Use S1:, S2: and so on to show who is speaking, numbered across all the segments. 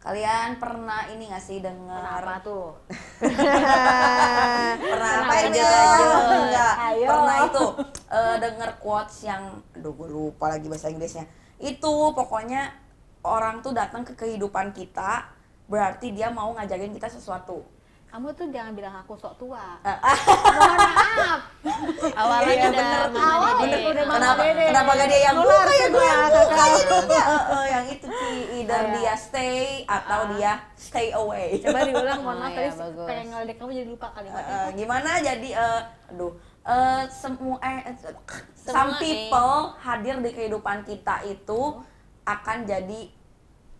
S1: kalian pernah ini nggak sih dengar
S2: Apa tuh?
S1: pernah
S2: Pernah
S1: apa ini
S2: lanjut, lanjut.
S1: enggak
S2: Ayo.
S1: pernah itu eh, denger quotes yang aduh gue lupa lagi bahasa Inggrisnya itu pokoknya orang tuh datang ke kehidupan kita berarti dia mau ngajarin kita sesuatu
S2: Kamu tuh jangan bilang aku sok tua.
S1: Eh,
S2: Mohon maaf.
S3: Awalnya
S1: Iya,
S3: ada
S1: bener.
S3: Mama
S2: Awal
S3: Dede.
S2: udah- udah Mama
S3: ya.
S1: kenapa
S2: Dede.
S1: kenapa gak dia yang
S2: Nular
S1: buka ya
S2: tuh
S1: gue
S2: gua,
S1: yang
S2: kakak.
S1: buka jadinya Eh, eh, yang itu sih either
S2: Iya. Ah.
S1: dia stay atau dia stay away
S2: Coba diulang, mohon
S3: Oh,
S2: maaf
S3: iya,
S2: tadi
S3: bagus.
S2: pengen ngeledek kamu jadi lupa kalimatnya.
S1: Eh, gimana jadi eh, aduh eh, semua eh, eh, some
S3: Semua, eh.
S1: people hadir di kehidupan kita itu
S3: Oh.
S1: akan jadi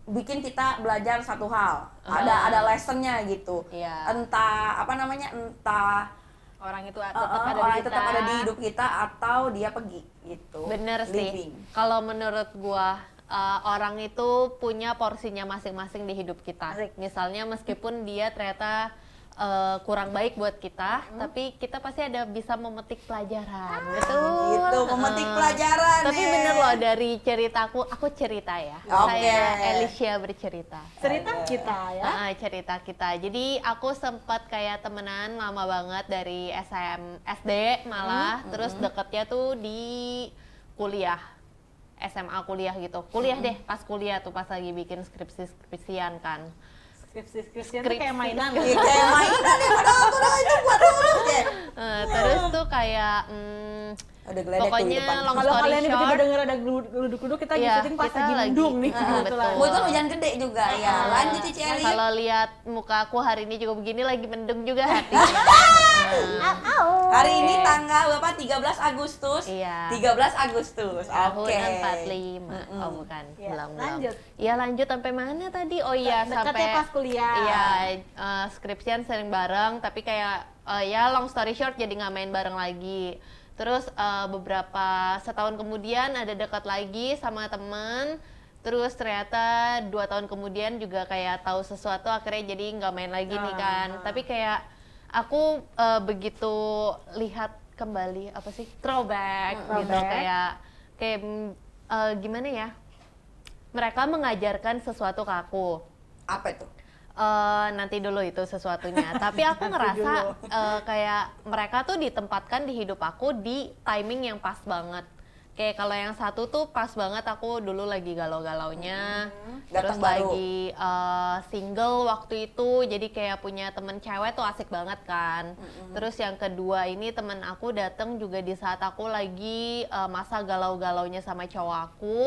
S1: bikin kita belajar satu hal ada ada lessonnya gitu
S3: Oh. Iya.
S1: entah apa namanya entah
S2: Orang itu
S1: eh,
S2: tetap
S1: eh,
S2: ada
S1: orang
S2: di
S1: tetap
S2: kita.
S1: ada di hidup kita atau dia pergi gitu
S3: Bener sih.
S1: Living.
S3: Kalau menurut gua eh, orang itu punya porsinya masing-masing di hidup kita.
S2: Asik.
S3: Misalnya meskipun dia ternyata eh, kurang baik buat kita,
S2: Hmm?
S3: tapi kita pasti ada bisa memetik pelajaran.
S2: Ah,
S3: Betul.
S1: gitu memetik
S3: Oh, Eh,
S1: pelajaran
S3: Tapi
S2: ya.
S1: eh.
S3: bener loh dari ceritaku, aku cerita ya.
S1: Oke.
S3: Saya Alicia bercerita.
S2: Cerita kita ya.
S3: Ah, ah, cerita kita. Jadi aku sempat kayak temenan lama banget dari SM, SD malah,
S2: Hmm,
S3: terus deketnya tuh di kuliah, SMA kuliah gitu. Kuliah
S2: Hmm.
S3: deh, pas kuliah tuh pas lagi bikin skripsi skripsian kan.
S2: Skripsi-skripsian tuh kayak mainan.
S1: Iya, kayak mainan ya padahal aku udah itu buat orang kayak
S3: Eh, terus tuh kayak mm,
S1: udah geledek tuh di
S3: Pokoknya
S1: depan
S3: long-
S2: Kalau
S3: Story
S2: kalian tiba-tiba
S3: short.
S2: denger ada geluduk-geluduk, kita lagi
S3: Iya,
S2: syuting pas
S3: kita
S2: lagi
S3: lagi-
S2: mendung nih. Gitu
S3: Ah,
S2: kebetulan.
S3: betul.
S1: Kebetulan hujan gede juga ya lanjut Cici Eli
S3: kalau lihat muka aku hari ini juga begini lagi mendung juga hati. Nah,
S1: Hari ini tanggal berapa? 13 Agustus.
S3: Iya.
S1: 13 Agustus.
S3: tahun
S1: Oke.
S3: 45 oh bukan
S2: Ya,
S3: belum
S2: lanjut.
S3: belum ya lanjut sampai mana tadi oh iya
S2: Deketnya
S3: sampai
S2: pas kuliah.
S3: iya eh, skripsian sering bareng tapi kayak eh, ya long story short jadi nggak main bareng lagi terus eh, beberapa setahun kemudian ada dekat lagi sama temen terus ternyata dua tahun kemudian juga kayak tahu sesuatu akhirnya jadi nggak main lagi nih kan tapi kayak aku eh, begitu lihat kembali apa sih throwback gitu
S2: Throwback.
S3: kayak kayak mm, eh, gimana ya mereka mengajarkan sesuatu ke aku
S1: Apa itu?
S3: Eh, nanti dulu itu sesuatunya tapi aku ngerasa eh, kayak mereka tuh ditempatkan di hidup aku di timing yang pas banget kayak kalau yang satu tuh pas banget aku dulu lagi galau-galaunya
S1: Hmm, Datang
S3: terus
S1: baru.
S3: lagi eh, single waktu itu jadi kayak punya temen cewek tuh asik banget kan terus yang kedua ini temen aku datang juga di saat aku lagi eh, masa galau-galaunya sama cowok aku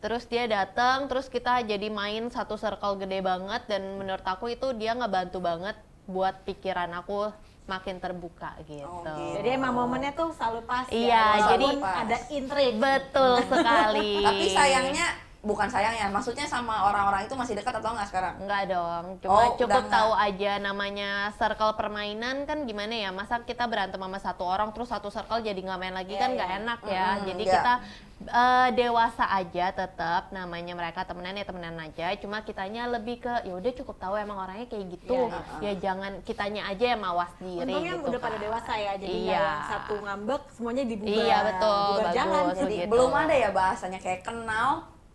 S3: Terus dia datang, terus kita jadi main satu circle gede banget dan menurut aku itu dia ngebantu banget buat pikiran aku makin terbuka gitu.
S1: Oh, gitu.
S2: Jadi emang momennya tuh selalu pas ya,
S3: Iya,
S2: walaupun
S1: jadi- pas.
S2: ada intrik.
S3: Betul sekali.
S1: Tapi sayangnya bukan sayang ya. Maksudnya sama orang-orang itu masih dekat atau enggak sekarang?
S3: Enggak dong, cuma
S1: Oh, udah
S3: cukup
S1: enggak.
S3: tahu aja namanya circle permainan kan gimana ya. Masa kita berantem sama satu orang terus satu circle jadi nggak main lagi kan nggak enak ya.
S1: Iya, Mm-mm,
S3: jadi
S1: iya.
S3: kita eh, dewasa aja tetap namanya mereka temenan ya temenan aja. Cuma kitanya lebih ke ya udah cukup tahu emang orangnya kayak gitu. Ya
S2: Iya,
S3: jangan kitanya aja yang mawas diri
S2: Untungnya
S3: gitu.
S2: udah pada
S3: kan.
S2: dewasa ya, jadi
S3: Iya.
S2: nggak yang satu ngambek semuanya dibubar.
S3: Iya, betul.
S2: Bubar
S3: Bagus.
S2: jalan.
S1: Jadi
S3: begitu.
S1: belum ada ya bahasanya kayak kenal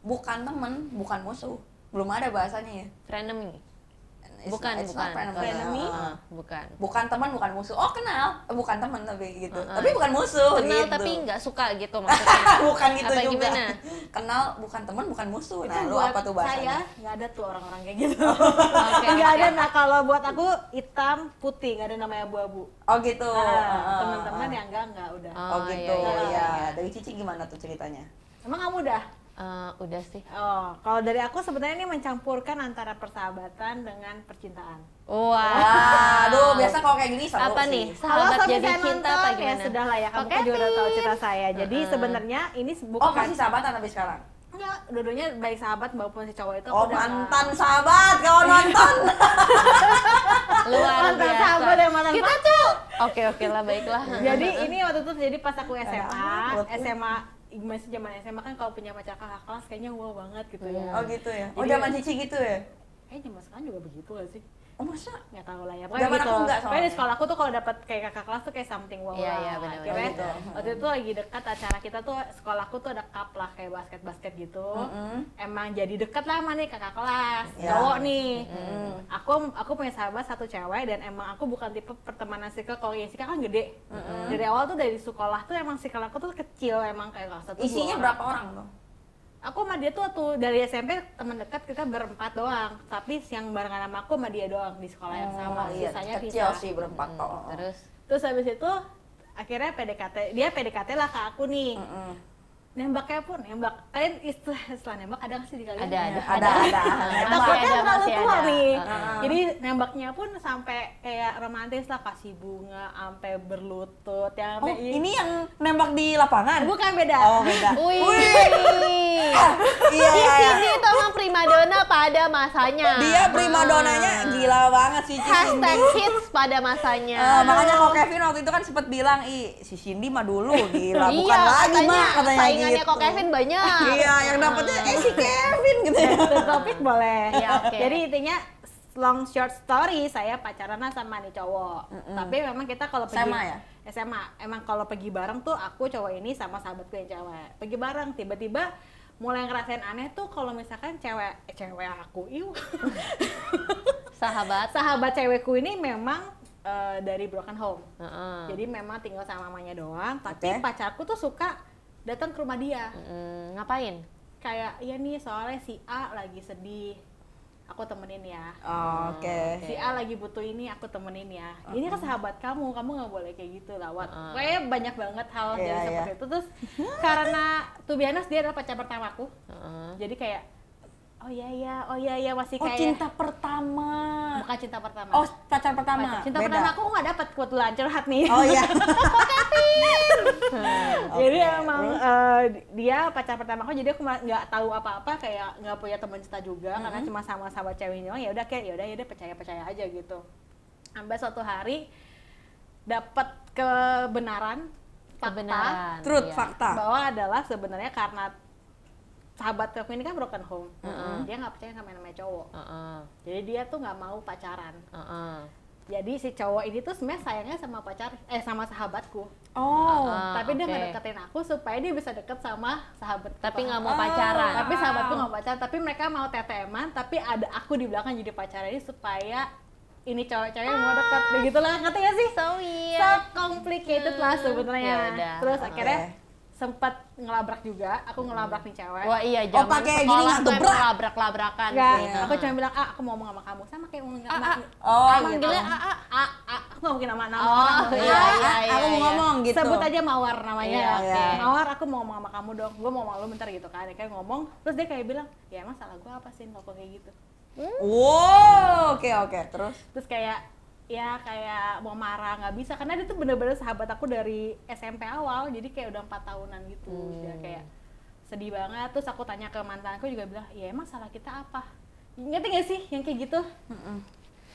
S1: bukan temen, bukan musuh. Belum ada bahasanya ya.
S3: Frenemy.
S1: It's
S3: Bukan,
S1: not- it's not
S3: bukan.
S1: friend,
S2: Frenemy?
S1: uh, uh.
S3: Bukan.
S1: Bukan teman, bukan musuh. Oh, kenal. Eh, Bukan teman tapi gitu. Tapi bukan musuh
S3: Kenal
S1: gitu.
S3: tapi nggak suka gitu maksudnya.
S1: bukan gitu
S3: Apa
S1: juga.
S3: gimana?
S1: Kenal bukan teman, bukan musuh.
S2: Itu
S1: Nah, lu
S2: buat
S1: apa tuh
S2: Saya
S1: bahasanya?
S2: nggak ada tuh orang-orang kayak gitu.
S3: Oke,
S2: nggak ada.
S3: oke.
S2: Nah kalau buat aku hitam putih nggak ada namanya abu-abu.
S1: Oh, gitu.
S3: Ah,
S2: Nah,
S1: Uh, uh,
S2: teman-teman ya.
S1: uh.
S2: yang enggak enggak udah.
S1: Oh,
S3: Oh,
S1: gitu
S3: iya, iya,
S1: ya.
S3: iya, iya.
S1: Dari Cici gimana tuh ceritanya?
S2: Emang kamu udah?
S3: Eh, udah sih.
S2: Oh, kalau dari aku sebenarnya ini mencampurkan antara persahabatan dengan percintaan.
S3: Wah,
S2: Ah.
S1: Wah, aduh biasa kalau kayak gini seru sih.
S3: apa nih?
S2: Kalau
S3: Sahabat
S2: suami
S3: jadi
S2: saya
S3: cinta
S2: nonton,
S3: apa
S2: ya
S3: gimana?
S2: sudah lah ya, kamu
S3: Oke,
S2: kan juga udah tahu
S3: Fit.
S2: cerita saya. Jadi sebenarnya ini bukan
S1: Oh, masih sahabatan tapi sekarang.
S2: Enggak, dua-duanya baik sahabat maupun si cowok itu aku
S1: Oh,
S2: udah Iya. nggak-
S1: mantan sahabat kalau nonton.
S3: luar
S2: Mantan
S3: biasa.
S2: sahabat
S1: ya.
S2: dan mantan
S3: Kita tuh. Oke, oke lah, baiklah.
S2: Jadi ini waktu itu jadi pas aku SMA,
S1: Buat-
S2: SMA masih zaman SMA kan kalau punya pacar kakak kelas kayaknya wow banget gitu ya.
S3: Iya.
S1: Oh, gitu ya. Oh,
S2: Jadi-
S1: zaman Cici gitu ya.
S2: Eh zaman sekarang juga begitu gak sih?
S1: oh masa
S2: nggak tahu lah ya pokoknya
S1: Zaman
S2: gitu
S1: aku nggak
S2: pokoknya di
S1: soalnya.
S2: sekolah aku tuh kalau dapat kayak kakak kelas tuh kayak something
S3: Iya,
S2: wow lah.
S3: iya, benar-benar
S2: Akhirnya
S1: gitu.
S2: waktu itu lagi dekat acara kita tuh sekolah aku tuh ada cup lah kayak basket basket gitu
S1: Mm-mm.
S2: emang jadi dekat lah sama nih kakak kelas
S1: Iya.
S2: cowok nih aku aku punya sahabat satu cewek dan emang aku bukan tipe pertemanan circle kalau yang circle kan gede dari awal tuh dari sekolah tuh emang circle aku tuh kecil emang kayak kelas satu dua
S1: isinya
S2: orang.
S1: berapa orang tuh
S2: Aku sama dia tuh waktu dari SMP teman dekat kita berempat doang, tapi yang barengan sama aku sama dia doang di sekolah yang
S1: Oh,
S2: sama,
S1: iya,
S2: sisanya
S1: kecil
S2: pisah.
S1: sih berempat kok oh, oh.
S3: Terus
S2: Terus habis itu akhirnya PDKT, dia PDKT lah ke aku nih.
S1: Mm-mm.
S2: Nembaknya pun nembak. Kalian istilah, istilah nembak ada nggak sih di kalian?
S3: ada ada
S1: ada ada
S3: Masih
S2: Takutnya
S3: ada,
S2: terlalu
S3: masih
S2: tua
S3: ada.
S2: nih.
S3: Heeh.
S2: Jadi nembaknya pun sampai kayak romantis lah kasih bunga, sampai berlutut, ya
S1: oh
S2: sampai
S1: ini yang nembak di lapangan
S2: bukan beda.
S1: oh beda
S3: Wih.
S1: iya
S3: Di
S1: iya, iya.
S3: sini tuh emang primadona pada masanya. Hmm.
S1: dia primadonanya gila banget sih Cindy
S3: Ah. Hashtag hits pada masanya.
S1: Eh, makanya kok Kevin waktu itu kan sempet bilang ih si Cindy mah dulu gila bukan lagi
S3: Iya, katanya
S1: mah katanya
S3: saingannya
S1: gitu.
S3: kok Kevin banyak. Hmm.
S1: iya yang dapetnya eh si Kevin gitu ya
S2: Satu topik boleh.
S3: Iya, oke.
S2: Jadi intinya long short story saya pacarannya sama nih cowok. Tapi memang kita kalau pergi
S1: SMA ya?
S2: SMA emang kalau pergi bareng tuh aku cowok ini sama sahabatku yang cewek. Pergi bareng tiba-tiba mulai ngerasain aneh tuh kalau misalkan cewek eh, cewek aku iu
S3: Sahabat.
S2: sahabat cewekku ini memang eh, dari broken home.
S3: Heeh.
S2: Jadi memang tinggal sama mamanya doang,
S1: Oke.
S2: tapi pacarku tuh suka datang ke rumah dia.
S3: Mm, ngapain?
S2: Kayak ya nih soalnya si A lagi sedih. Aku temenin ya.
S1: oke
S2: si A lagi butuh ini aku temenin ya ini
S1: Uh-huh.
S2: kan sahabat kamu kamu nggak boleh kayak gitu lawat
S3: Uh-uh.
S2: Pokoknya banyak banget hal
S1: Iya,
S2: yang
S1: iya.
S2: seperti itu terus karena tuh biasa dia adalah pacar pertamaku
S3: Heeh.
S2: jadi kayak oh iya iya oh iya iya masih
S1: oh
S2: kayak
S1: cinta pertama
S2: bukan cinta pertama
S1: oh pacar pertama
S2: Pacar- cinta
S1: Beda.
S2: pertama aku nggak dapat kebetulan curhat nih
S1: oh iya
S2: jadi
S1: Oke,
S2: emang
S1: terus?
S2: eh, dia pacar pertama aku jadi aku ma- nggak tahu apa-apa kayak nggak punya teman cerita juga karena cuma sama sama ceweknya doang ya udah kayak ya udah ya udah percaya percaya aja gitu sampai suatu hari dapat kebenaran fakta
S3: Kebenaran.
S1: truth
S3: iya.
S1: fakta
S2: bahwa adalah sebenarnya karena sahabat aku ini kan broken home dia nggak percaya sama yang namanya cowok
S3: Heeh.
S2: jadi dia tuh nggak mau pacaran
S3: Heeh.
S2: jadi si cowok ini tuh sebenarnya sayangnya sama pacar eh sama sahabatku
S1: oh
S3: Ah,
S2: tapi dia
S3: oke.
S2: ngedeketin aku supaya dia bisa deket sama sahabat
S3: Tapi nggak
S2: pertama.
S3: mau
S1: Ah.
S3: pacaran.
S2: tapi sahabatku nggak mau pacaran tapi mereka mau teteman tapi ada aku di belakang jadi pacarnya dia supaya ini cowok-cowok yang mau deket begitu lah ngerti gak sih
S3: So weird.
S2: so complicated
S3: Hmm,
S2: lah sebenarnya
S3: Yaudah.
S2: terus akhirnya
S1: Oke.
S2: sempat ngelabrak juga aku ngelabrak nih cewek
S3: Hmm. Wah iya zaman
S1: pakai gini
S3: sekolah
S1: nggak
S3: tuh
S1: gebrak?
S3: emang labrak-labrakan
S2: Enggak,
S3: sih. Nah.
S2: aku cuma bilang, ah aku mau ngomong sama kamu Sama kayak ngomong
S1: Ah,
S2: sama
S1: ah. Oh,
S2: Ah,
S1: gitu.
S2: manggilnya, ah, ah, ah, ah. Aku gak mungkin nama-nama
S3: Oh,
S2: orang
S3: iya,
S2: Ah,
S3: iya,
S1: Ah,
S3: iya,
S1: aku mau
S3: iya.
S1: ngomong gitu
S2: sebut aja mawar namanya
S3: Iya,
S2: Oke.
S1: iya.
S2: mawar aku mau ngomong sama kamu dong gue mau malu bentar gitu kan kayak ngomong terus dia kayak bilang ya emang salah gue apa sih kalau kayak gitu
S1: wow oke oke terus
S2: terus kayak ya kayak mau marah nggak bisa karena dia tuh bener-bener sahabat aku dari SMP awal jadi kayak udah empat tahunan gitu
S3: Hmm.
S2: udah kayak sedih banget terus aku tanya ke mantanku juga bilang ya emang salah kita apa ngerti gak sih yang kayak gitu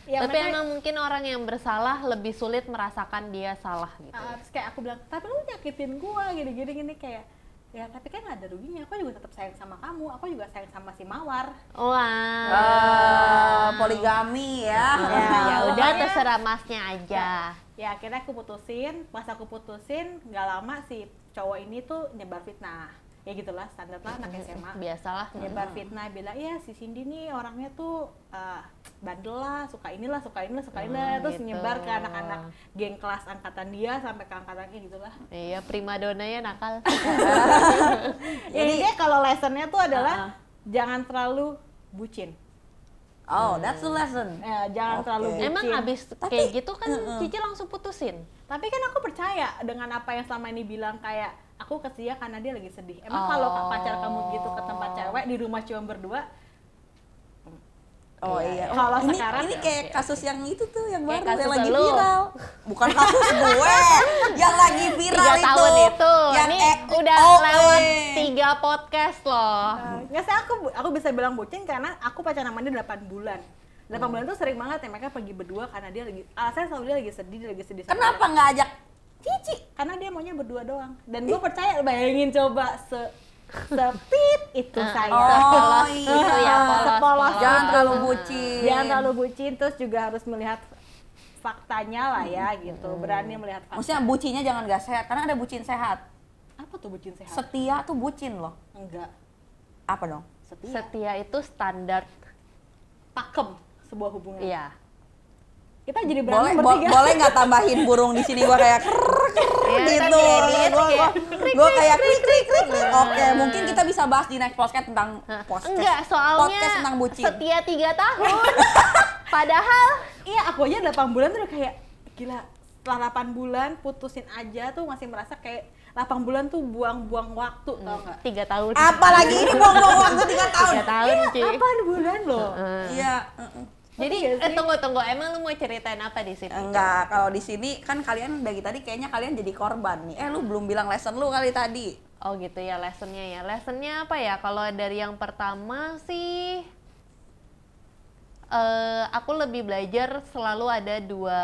S2: Ya,
S3: Tapi
S2: mereka-
S3: emang mungkin orang yang bersalah lebih sulit merasakan dia salah gitu.
S2: Ah, terus kayak aku bilang tapi lu nyakitin gua gini gini gini kayak ya tapi kan nggak ada ruginya aku juga tetap sayang sama kamu aku juga sayang sama si mawar
S3: Wah.
S1: Eh, Ah, poligami ya
S3: ya udah
S2: pokoknya-
S3: terserah masnya aja.
S2: ya akhirnya aku putusin pas aku putusin nggak lama si cowok ini tuh nyebar fitnah ya gitulah standar lah anak SMA
S3: Biasalah.
S2: nyebar fitnah bilang ya si Cindy nih orangnya tuh eh, bandel lah suka inilah suka inilah suka inilah
S3: Hmm,
S2: terus
S3: gitu.
S2: nyebar ke anak-anak geng kelas angkatan dia sampai ke angkatannya gitulah
S3: Iya, primadona ya nakal.
S2: Jadi dia kalau lessonnya tuh adalah
S1: Ah.
S2: jangan terlalu bucin.
S1: oh that's the lesson
S2: Eh, jangan
S1: Oke.
S2: terlalu bucin.
S3: Emang abis
S1: Tapi-
S3: kayak gitu kan Cici langsung putusin.
S2: Tapi kan aku percaya dengan apa yang selama ini bilang kayak aku ke dia karena dia lagi sedih. Emang
S3: Oh.
S2: kalau pacar kamu gitu ke tempat cewek di rumah cuma berdua,
S1: Oh
S3: Iya,
S1: iya.
S2: iya. Kalau
S1: Oh, ini,
S2: sekarang-
S1: ini
S3: Oke,
S1: kayak
S3: oke,
S1: kasus yang itu tuh yang baru
S3: Kayak kasus
S1: yang lagi
S3: lu.
S1: viral. Bukan kasus gue, yang lagi viral
S3: Tiga
S1: itu.
S3: tahun itu.
S1: Yang
S3: Ini
S1: eh,
S3: udah
S1: oh,
S3: lewat
S1: eh.
S3: tiga podcast loh.
S1: Hmm.
S2: eh, nggak sih aku aku bisa bilang bucin karena aku pacaran sama dia 8 bulan. 8
S1: Hmm.
S2: bulan tuh sering banget ya mereka pergi berdua karena dia lagi alasannya selalu dia lagi sedih, dia lagi sedih. sama
S1: Kenapa nggak ajak Cici?
S2: karena dia maunya berdua doang dan gue percaya bayangin coba se sepit itu saya
S1: Oh,
S3: Itu ya
S1: iya.
S3: polos,
S2: Sepolos.
S3: polos.
S1: Jangan terlalu
S3: Nah.
S1: bucin.
S2: jangan terlalu bucin terus juga harus melihat faktanya lah ya gitu
S1: Hmm.
S2: berani melihat fakta
S1: Maksudnya bucinnya jangan gak sehat, karena ada bucin sehat.
S2: apa tuh bucin sehat
S1: Setia tuh bucin loh.
S2: enggak
S1: Apa dong?
S2: setia
S3: Setia itu standar.
S2: pakem sebuah hubungan
S3: Iya.
S2: kita jadi
S1: Boleh
S2: berantem
S1: bo-
S2: bertiga
S1: boleh nggak tambahin burung di sini gua kayak krrrr, krrrr
S3: Iya,
S1: gitu.
S3: ntar di edit
S1: Gua gua
S3: kayak krik,
S1: gua kayak krik krik krik. krik. Oke, mungkin kita bisa bahas di next podcast tentang podcast.
S3: Enggak, soalnya
S1: podcast tentang bucin.
S3: setia tiga tahun. Padahal
S2: iya aku aja 8 bulan tuh udah kayak gila setelah 8 bulan putusin aja tuh masih merasa kayak 8 bulan tuh buang-buang waktu tau
S1: Hmm.
S2: nggak
S3: tiga tahun.
S1: Apalagi ini buang-buang waktu 3 tahun.
S3: Iya, Tiga tahun, Ci.
S2: 8 Iya, bulan loh
S1: Iya, mm-mm.
S3: Jadi
S2: Ngerti nggak
S3: eh,
S2: sih?
S3: tunggu tunggu, emang lu mau ceritain apa di situ?
S1: enggak. Kalau di sini kan kalian dari tadi kayaknya kalian jadi korban nih. Eh, lu belum bilang lesson lu kali tadi.
S3: Oh gitu ya lessonnya ya. Lessonnya apa ya? Kalau dari yang pertama sih, eh aku lebih belajar selalu ada dua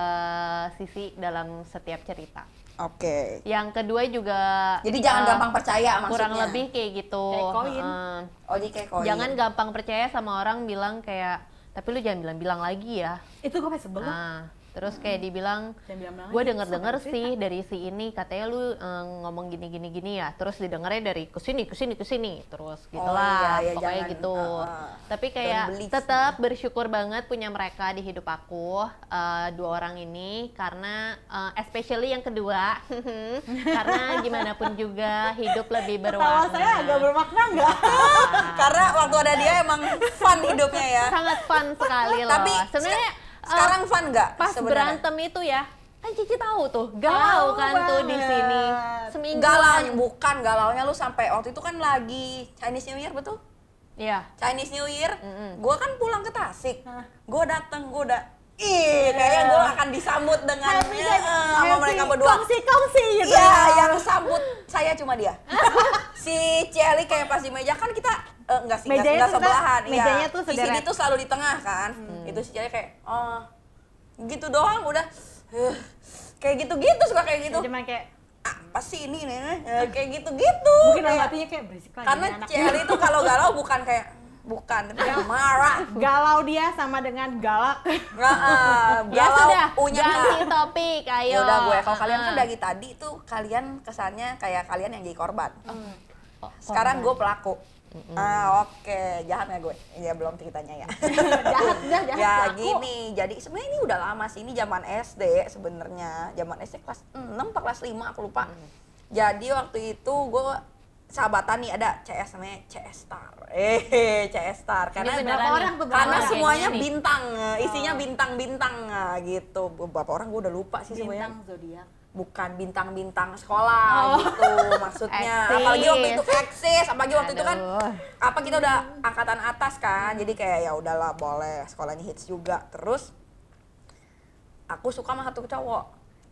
S3: sisi dalam setiap cerita.
S1: Oke.
S3: Yang kedua juga.
S1: Jadi jangan
S3: eh,
S1: gampang percaya maksudnya.
S3: Kurang lebih kayak gitu.
S2: Kayak koin.
S3: Heeh.
S1: Oh, jadi kayak koin.
S3: Jangan gampang percaya sama orang bilang kayak, tapi lu jangan bilang-bilang lagi ya.
S2: itu gue masih sebel
S1: Ah,
S2: loh.
S3: Nah, terus kayak
S1: Hmm.
S3: dibilang,
S2: Jangan bilang-bilang
S3: gue
S1: gitu,
S2: lagi,
S3: denger-denger
S2: sampai
S3: sih dari si ini katanya lu eh, ngomong gini-gini-gini ya, terus didengarnya dari kesini, kesini, kesini, terus gitulah,
S1: iya, iya,
S3: pokoknya
S1: jangan,
S3: gitu.
S1: uh, uh,
S3: Tapi
S1: don't
S3: kayak
S1: believe.
S3: tetap bersyukur banget punya mereka di hidup aku eh, dua orang ini karena eh, especially yang kedua karena gimana pun juga hidup lebih
S2: Ketawa
S3: berwarna.
S2: saya agak bermakna nggak?
S1: Karena waktu ada dia emang fun hidupnya ya.
S3: Sangat fun sekali loh.
S1: Tapi
S3: Iya. sebenarnya eh,
S1: Sekarang fun nggak?
S3: pas
S1: sebenarnya?
S3: berantem itu ya kan Cici tahu tuh galau
S2: Tahu
S3: kan tuh di
S2: banget.
S3: sini seminggu
S1: galau
S3: kan.
S1: bukan galaunya lu sampai waktu itu kan lagi Chinese New Year betul?
S3: Iya.
S1: Chinese New Year,
S3: Mm-mm.
S1: gua kan pulang ke Tasik.
S2: Hah.
S1: Gua dateng, gua udah Ih, kayaknya gua akan disambut dengan
S2: Happy
S1: eh,
S2: dan
S1: sama
S2: happy.
S1: mereka berdua.
S2: Kongsi kongsi gitu.
S1: Iya,
S2: ya.
S1: yang sambut saya cuma dia. si Celi kayak pas di meja kan kita eh, enggak sih, enggak,
S2: Mejanya
S1: enggak
S2: tuh
S1: sebelahan. iya.
S2: kita- mejanya tuh
S1: Di sini
S2: sederet. Hmm.
S1: tuh selalu di tengah kan. Itu si Celi kayak oh gitu doang udah eh, kayak gitu-gitu suka kayak gitu.
S2: Cuman kayak
S1: Apa sih ini nih? eh, Kayak gitu-gitu.
S2: mungkin dalam
S1: Kayak-
S2: hatinya kayak berisik lagi
S1: Karena
S2: anak.
S1: Celi tuh kalau galau bukan kayak bukan, tapi kayak marah.
S2: galau dia sama dengan galak.
S1: Nggak, eh,
S3: Ya
S1: galau
S3: sudah,
S1: punya
S3: ganti topik, ayo.
S1: Ya udah gue, kalau kalian kan
S3: Ah.
S1: dari tadi tuh kalian kesannya kayak kalian yang jadi korban.
S3: Oh,
S1: Sekarang gue pelaku. Ah oke, jahat nggak gue? Ya belum ceritanya ya.
S2: jahat dah jahat.
S1: ya
S2: Aku-
S1: gini, jadi sebenarnya ini udah lama sih, ini zaman SD sebenarnya. Zaman SD kelas 6 apa kelas 5 aku lupa.
S2: Mm.
S1: Jadi waktu itu gue sahabatan nih ada CS namanya CS Star. Eh, CS Star
S3: Ini
S1: karena
S3: beneran
S2: berapa orang
S3: nih?
S2: tuh, berapa
S1: karena
S2: orang?
S1: semuanya
S3: Gengnya nih.
S1: bintang, eh, isinya
S2: Oh.
S1: bintang-bintang eh, gitu. Beberapa orang gue udah lupa sih sebenarnya
S2: bintang zodiak.
S1: bukan bintang-bintang sekolah gitu maksudnya
S3: Oh. Eksis.
S1: apalagi waktu itu eksis apalagi waktu itu kan
S3: Aduh.
S1: apa kita udah angkatan atas kan jadi kayak ya udahlah boleh sekolahnya hits juga terus aku suka sama satu cowok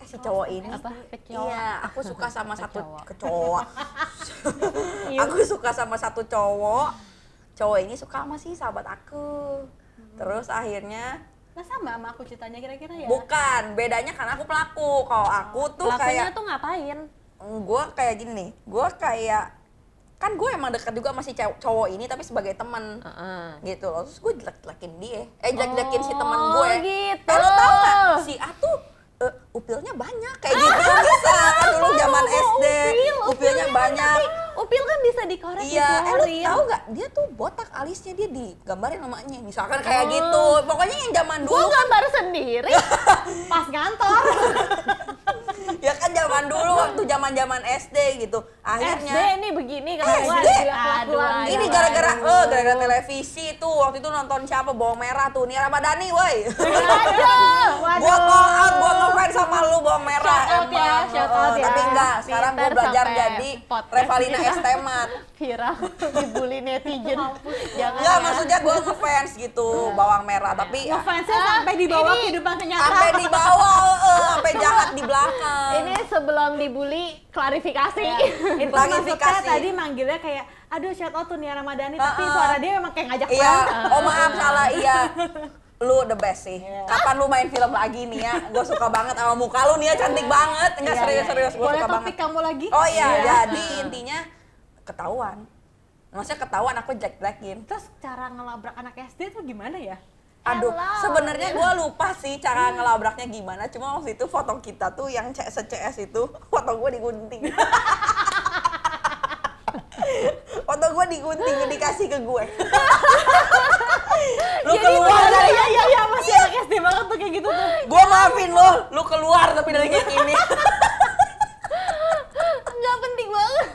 S1: eh si cowok ini
S3: Oh, apa? Kecoa.
S1: iya aku suka sama satu
S3: Kecoa.
S1: kecoa
S2: Iya.
S3: Iya.
S1: aku suka sama satu cowok cowok ini suka sama si sahabat aku
S3: Hmm.
S1: terus akhirnya
S2: Nah sama sama aku ceritanya kira-kira
S3: Iya.
S2: ya.
S1: bukan bedanya karena aku pelaku kalau aku tuh kayak
S3: Pelakunya tuh ngapain?
S1: gue kayak gini nih gue kayak kan gue emang dekat juga masih cowok ini tapi sebagai teman
S3: Heeh.
S1: gitu loh terus gue jelek-jelekin dia eh jelek-jelekin si teman
S3: Oh,
S1: gue
S3: gitu.
S1: eh, lu tau gak si A tuh eh, upilnya banyak kayak gitu bisa kan dulu zaman
S3: Ah. Oh, oh,
S1: SD
S3: upil,
S1: upilnya
S3: kan,
S1: banyak
S3: tapi upil kan bisa dikorek
S1: Iya, eh lu
S3: dikeluarin.
S1: tau gak? Dia tuh botak alisnya dia digambarin namanya Misalkan kayak gitu Pokoknya yang zaman
S3: Oh. Gua
S1: dulu
S3: gambar sendiri.
S2: Pas kantor.
S1: Ya kan zaman dulu waktu zaman zaman SD gitu
S3: SD
S1: Akhirnya
S3: nih begini kelakuan.
S1: SD?
S3: Gila, kelakuan.
S2: Ada
S1: Ini
S2: lagi.
S1: gara-gara eh gara-gara televisi tuh waktu itu nonton siapa bawang merah tuh Nia Ramadhani woi.
S3: Aduh.
S1: gua call out, gua ngefans sama lu bawang merah.
S3: Shout out ya,
S1: emang.
S3: shout out
S1: Eh,
S3: ya.
S1: Tapi enggak, sekarang gua
S3: Pinter
S1: belajar
S3: sampai
S1: jadi
S3: podcast.
S1: Revalina Estemat.
S3: viral dibully netizen jangan
S1: Enggak,
S3: ya.
S1: maksudnya gua ngefans gitu bawang merah, tapi
S2: Fansnya sampai di bawah kehidupan
S1: sampai
S2: kenyataan.
S1: di bawah, eh, sampai jahat di belakang.
S3: ini sebelum dibully klarifikasi
S2: Ya. Itu maksudnya
S1: Ya, Klarifikasi.
S2: tadi manggilnya kayak aduh shout out tuh Nia Ramadhani tapi
S1: Heeh.
S2: suara dia memang kayak ngajak
S1: Iya,
S2: perang.
S1: oh maaf salah iya. Lu the best sih.
S3: Iya.
S1: Kapan lu main film lagi nih ya? Gue suka banget sama muka lu nih ya, cantik banget. Enggak
S2: Iya, iya,
S1: serius-serius, gue
S2: Boleh
S1: suka
S2: topik
S1: banget.
S2: kamu lagi?
S1: Oh iya, jadi intinya iya, ketahuan. maksudnya ketahuan aku jack blackin
S2: Terus cara ngelabrak anak SD tuh gimana ya?
S1: aduh
S3: Hello.
S1: sebenarnya gue lupa sih cara
S2: Hmm.
S1: ngelabraknya gimana cuma waktu itu foto kita tuh yang CS CS itu foto gue digunting foto gue digunting dikasih ke gue lu keluar
S2: iya,
S1: dari
S2: iya, iya, iya, masih anak SD banget tuh kayak gitu tuh.
S1: gue maafin lo lu keluar tapi dari geng ini
S3: Nggak penting banget.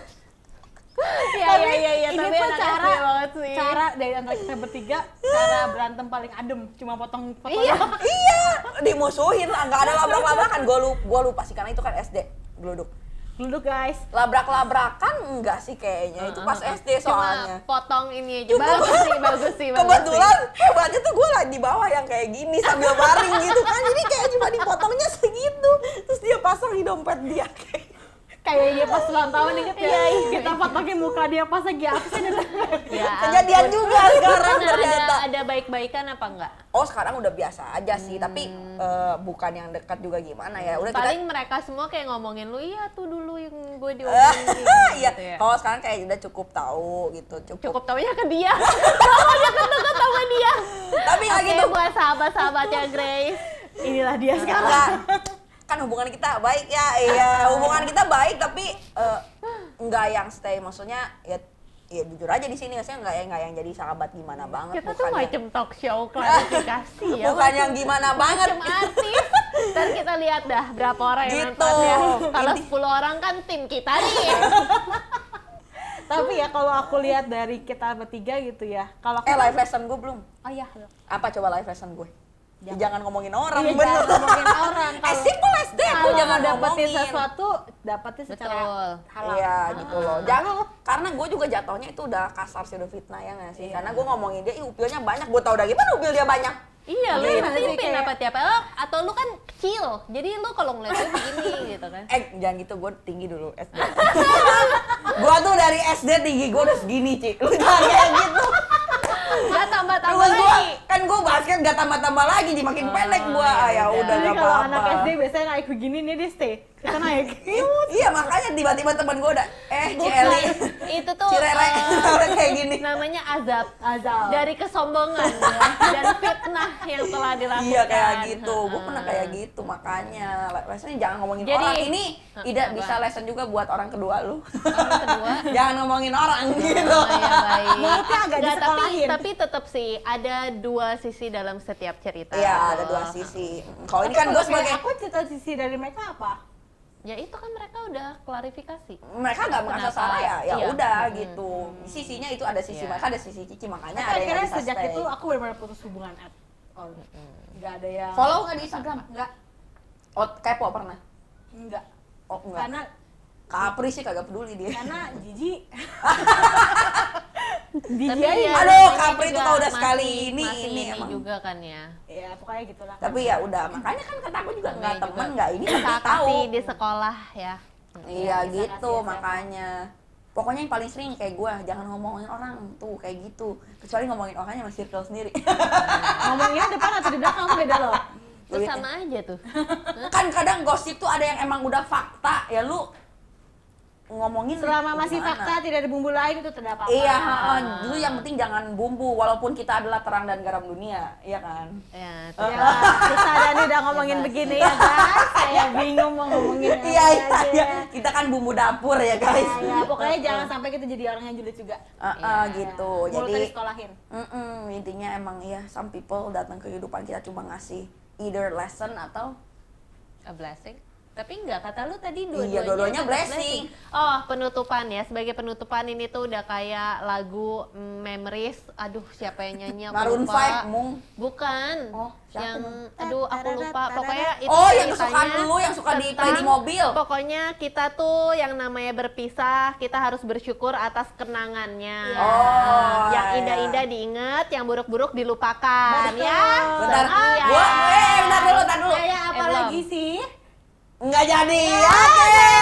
S2: Iya,
S3: Tapi
S2: iya, iya, iya,
S3: ini
S2: tapi
S3: tuh
S2: anak
S3: cara-
S2: SD banget
S1: Eh.
S2: sih.
S3: cara
S2: Cara dari antara kita bertiga, cara berantem paling adem, cuma potong foto
S3: Iya.
S2: doang.
S1: iya dimusuhin lah nggak ada labrak-labrakan gue lupa gue lupa sih karena itu kan SD geluduk
S2: Dulu guys,
S1: labrak-labrakan enggak sih kayaknya Nah, itu pas SD soalnya
S3: Cuma potong ini aja.
S1: Cuma-
S3: Bagus sih, bagus sih. bagus sih.
S1: kebetulan hebatnya tuh gue lah di bawah yang kayak gini sambil baring gitu kan jadi kayak cuma dipotongnya segitu terus dia pasang di dompet dia
S2: kayak dia pas ulang tahun inget ya,
S1: Iya,
S2: kita fotokin muka dia pas lagi absen.
S3: Ya
S1: kejadian
S3: ampun.
S1: juga sekarang
S3: Bener,
S1: ternyata
S3: ada, ada baik-baikan apa enggak?
S1: oh sekarang udah biasa aja sih tapi eh, bukan yang dekat juga gimana ya udah
S3: Hmm. Paling
S1: kita
S3: mereka semua kayak ngomongin lu, iya tuh dulu yang gue
S1: Eh,
S3: diomongin
S1: iya
S3: gitu ya.
S1: kalau sekarang kayak udah cukup tahu gitu cukup,
S3: Cukup taunya ke dia, kalau deket-deket sama dia.
S1: tapi nggak
S3: Oke
S1: gitu
S3: buat sahabat-sahabatnya Grace.
S2: Inilah dia sekarang.
S1: Enggak. kan hubungan kita baik ya iya hubungan kita baik tapi eh, nggak yang stay maksudnya ya ya jujur aja di sini maksudnya nggak yang nggak yang jadi sahabat gimana banget
S3: Kita tuh
S1: bukan yang,
S3: macam talk show klarifikasi ya.
S1: bukan yang gimana banget
S3: macam artis. Ntar kita lihat dah berapa orang yang
S1: Gitu.
S3: nonton ya. Kalau 10 orang kan tim kita nih.
S2: Tapi ya kalau aku lihat dari kita bertiga gitu ya, kalau aku
S1: eh live lesson gue belum
S2: oh iya,
S1: apa coba live lesson gue jangan, ngomongin orang
S2: Iya,
S1: bener
S2: jangan ngomongin orang.
S1: as
S2: Kalau-
S1: simple as that lu
S2: kalau
S1: jangan
S2: dapetin
S1: ngomongin
S2: sesuatu, dapetin secara
S3: Betul.
S2: halal.
S1: Iya gitu loh. Jangan karena gue juga jatuhnya itu udah kasar sih udah fitnah ya nggak sih?
S2: Iya.
S1: Karena gue ngomongin dia, ih upilnya banyak. Gue tau udah gimana upil dia banyak.
S3: Iya, lu
S2: Gimana sih,
S3: pimpin
S2: kayak-
S3: apa tiap lo atau lu kan kecil. Jadi lu kalau ngeliat gue begini gitu kan.
S1: Eh jangan gitu, gue tinggi dulu SD. gue tuh dari SD tinggi gue udah segini Ci. Lu jangan kayak gitu.
S3: Gak tambah-tambah
S1: Terus gue
S3: lagi.
S1: kan gue basket gak tambah-tambah lagi, jadi makin pendek gue. Ah, ya udah
S2: Jadi
S1: gak
S2: kalau anak
S1: apa-apa.
S2: SD biasanya naik begini nih dia stay. Kita naik.
S1: Iya makanya tiba-tiba teman gue udah eh
S3: Bukan.
S1: Cieli,
S3: Nah, Itu tuh
S1: Cirere,
S3: eh,
S1: orang kayak gini.
S3: namanya azab
S2: Azal.
S3: dari kesombongan ya, dan fitnah yang telah dilakukan. Nah,
S1: Iya kayak gitu, gue pernah kayak gitu makanya lesson jangan ngomongin
S3: Jadi-
S1: orang ini
S3: Hah,
S1: tidak
S3: apa?
S1: bisa lesson juga buat orang kedua lu
S3: Orang kedua.
S1: jangan ngomongin orang gitu
S3: Oh, ya, baik.
S2: Mulutnya agak
S3: Nggak, tapi,
S2: disekolahin.
S3: tapi tetap sih ada dua sisi dalam setiap cerita.
S1: Iya ada dua sisi kalau ini kan gue sebagai
S2: aku cerita sisi dari mereka apa?
S3: Ya itu kan mereka udah klarifikasi.
S1: mereka nggak merasa
S3: Kenapa?
S1: salah ya ya
S3: Iya.
S1: udah gitu sisinya itu ada sisi
S3: Iya.
S1: mereka ada sisi cici makanya ada yang
S2: Tapi akhirnya
S1: bisa
S2: sejak
S1: stay.
S2: itu aku benar-benar putus hubungan at all. Gak ada yang
S1: follow nggak di Instagram
S2: Enggak,
S1: Iya. oh kepo pernah
S2: enggak.
S1: oh enggak
S2: Karena
S1: Kapri sih kagak peduli dia
S2: karena jijik.
S3: Tapi
S2: jijik
S3: ya,
S2: aja.
S1: Iya, Aduh,
S3: ini
S1: Kapri itu
S3: juga
S1: kalau udah
S3: masih-
S1: sekali ini,
S3: masih
S1: ini
S3: ini,
S1: emang.
S3: juga kan ya.
S2: Ya pokoknya gitulah.
S1: tapi ya udah makanya kan kata aku juga nggak
S3: Ini
S1: temen
S3: juga Iya,
S1: nggak ini tapi
S3: saat
S1: tahu
S3: masih di sekolah ya.
S1: Iya
S2: bisa
S1: gitu
S2: kasih
S1: makanya. Pokoknya yang paling sering kayak gue, jangan ngomongin orang tuh kayak gitu. Kecuali ngomongin orangnya sama circle sendiri.
S2: Ngomongnya depan atau di belakang tuh beda loh.
S3: Terus
S1: Duitnya.
S3: sama aja tuh.
S1: kan kadang gosip tuh ada yang emang udah fakta ya lu ngomongin
S2: Selama masih
S1: gimana?
S2: fakta tidak ada bumbu lain itu tidak apa-apa.
S1: Iya, ha-ha. dulu yang penting jangan bumbu walaupun kita adalah terang dan garam dunia, iya kan?
S3: Ya,
S2: Ya, kita dan tidak ngomongin begini ya guys. Saya bingung mau ngomongin apa
S1: Iya, iya,
S2: aja.
S1: iya. Kita kan bumbu dapur ya, guys.
S2: Ya, ya, pokoknya jangan sampai kita jadi orang yang julid juga.
S1: Ah, ah, gitu.
S2: Mulutnya
S1: Jadi
S2: disekolahin.
S1: Mm-mm, intinya emang ya some people datang ke kehidupan kita cuma ngasih either lesson atau
S3: A blessing. Tapi enggak, kata lu tadi dua-duanya.
S1: Iya, dua-duanya
S3: tetap
S1: blessing.
S3: Oh, penutupan ya. Sebagai penutupan ini tuh udah kayak lagu mm, Memories. Aduh, siapa yang nyanyi aku
S1: Maroon
S3: lupa.
S1: 5, Mung.
S3: Bukan.
S1: Oh, siapa
S3: yang
S1: dong?
S3: aduh aku lupa. Pokoknya itu
S1: Oh, yang kesukaan
S3: ceritanya
S1: lu, yang suka di-
S3: tentang
S1: di mobil.
S3: Pokoknya kita tuh yang namanya berpisah, kita harus bersyukur atas kenangannya.
S1: Oh,
S3: yang
S1: iya.
S3: indah-indah diingat, yang buruk-buruk dilupakan ya.
S1: Bentar,
S3: Iya.
S1: gua, eh, bentar dulu, bentar dulu.
S2: Kayak
S3: Eh,
S2: apa
S3: belum.
S2: lagi sih?
S1: Nggak jadi, ya, oke.